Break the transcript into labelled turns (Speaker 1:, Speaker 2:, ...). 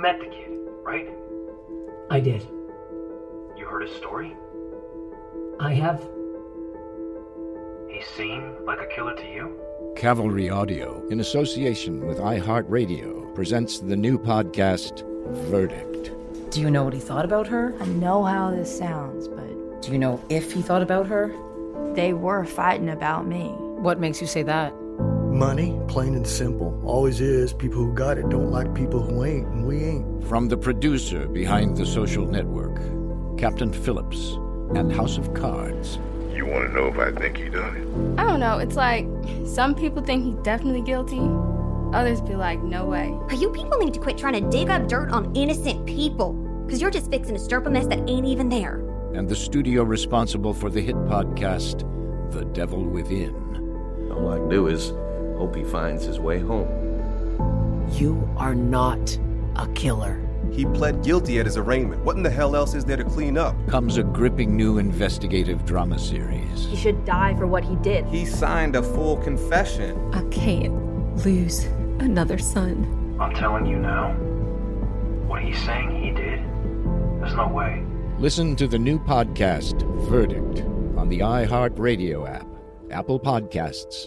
Speaker 1: met the kid, right?
Speaker 2: I did.
Speaker 1: You heard his story?
Speaker 2: I have.
Speaker 1: He seemed like a killer to you?
Speaker 3: Cavalry Audio, in association with iHeartRadio, presents the new podcast, Verdict.
Speaker 4: Do you know what he thought about her?
Speaker 5: I know how this sounds, but
Speaker 4: Do you know if he thought about her?
Speaker 5: they were fighting about me.
Speaker 4: What makes you say that?
Speaker 6: Money, plain and simple. Always is. People who got it don't like people who ain't, and we ain't.
Speaker 3: From the producer behind The Social Network, Captain Phillips, and House of Cards,
Speaker 7: You want to know if I think he done it?
Speaker 8: I don't know. It's like some people think he's definitely guilty. Others be like, no way.
Speaker 9: You people need to quit trying to dig up dirt on innocent people, because you're just fixing to stir up a mess that ain't even there.
Speaker 3: and the studio responsible for the hit podcast, The Devil Within.
Speaker 10: All I can do is hope he finds his way home.
Speaker 2: You are not a killer.
Speaker 11: He pled guilty at his arraignment. What in the hell else is there to clean up?
Speaker 3: Comes a gripping new investigative drama series.
Speaker 5: He should die for what he did.
Speaker 11: He signed a full confession.
Speaker 12: I can't lose another son.
Speaker 1: I'm telling you now, what he's saying he did, there's no way.
Speaker 3: Listen to the new podcast, Verdict, on the iHeartRadio app, Apple Podcasts,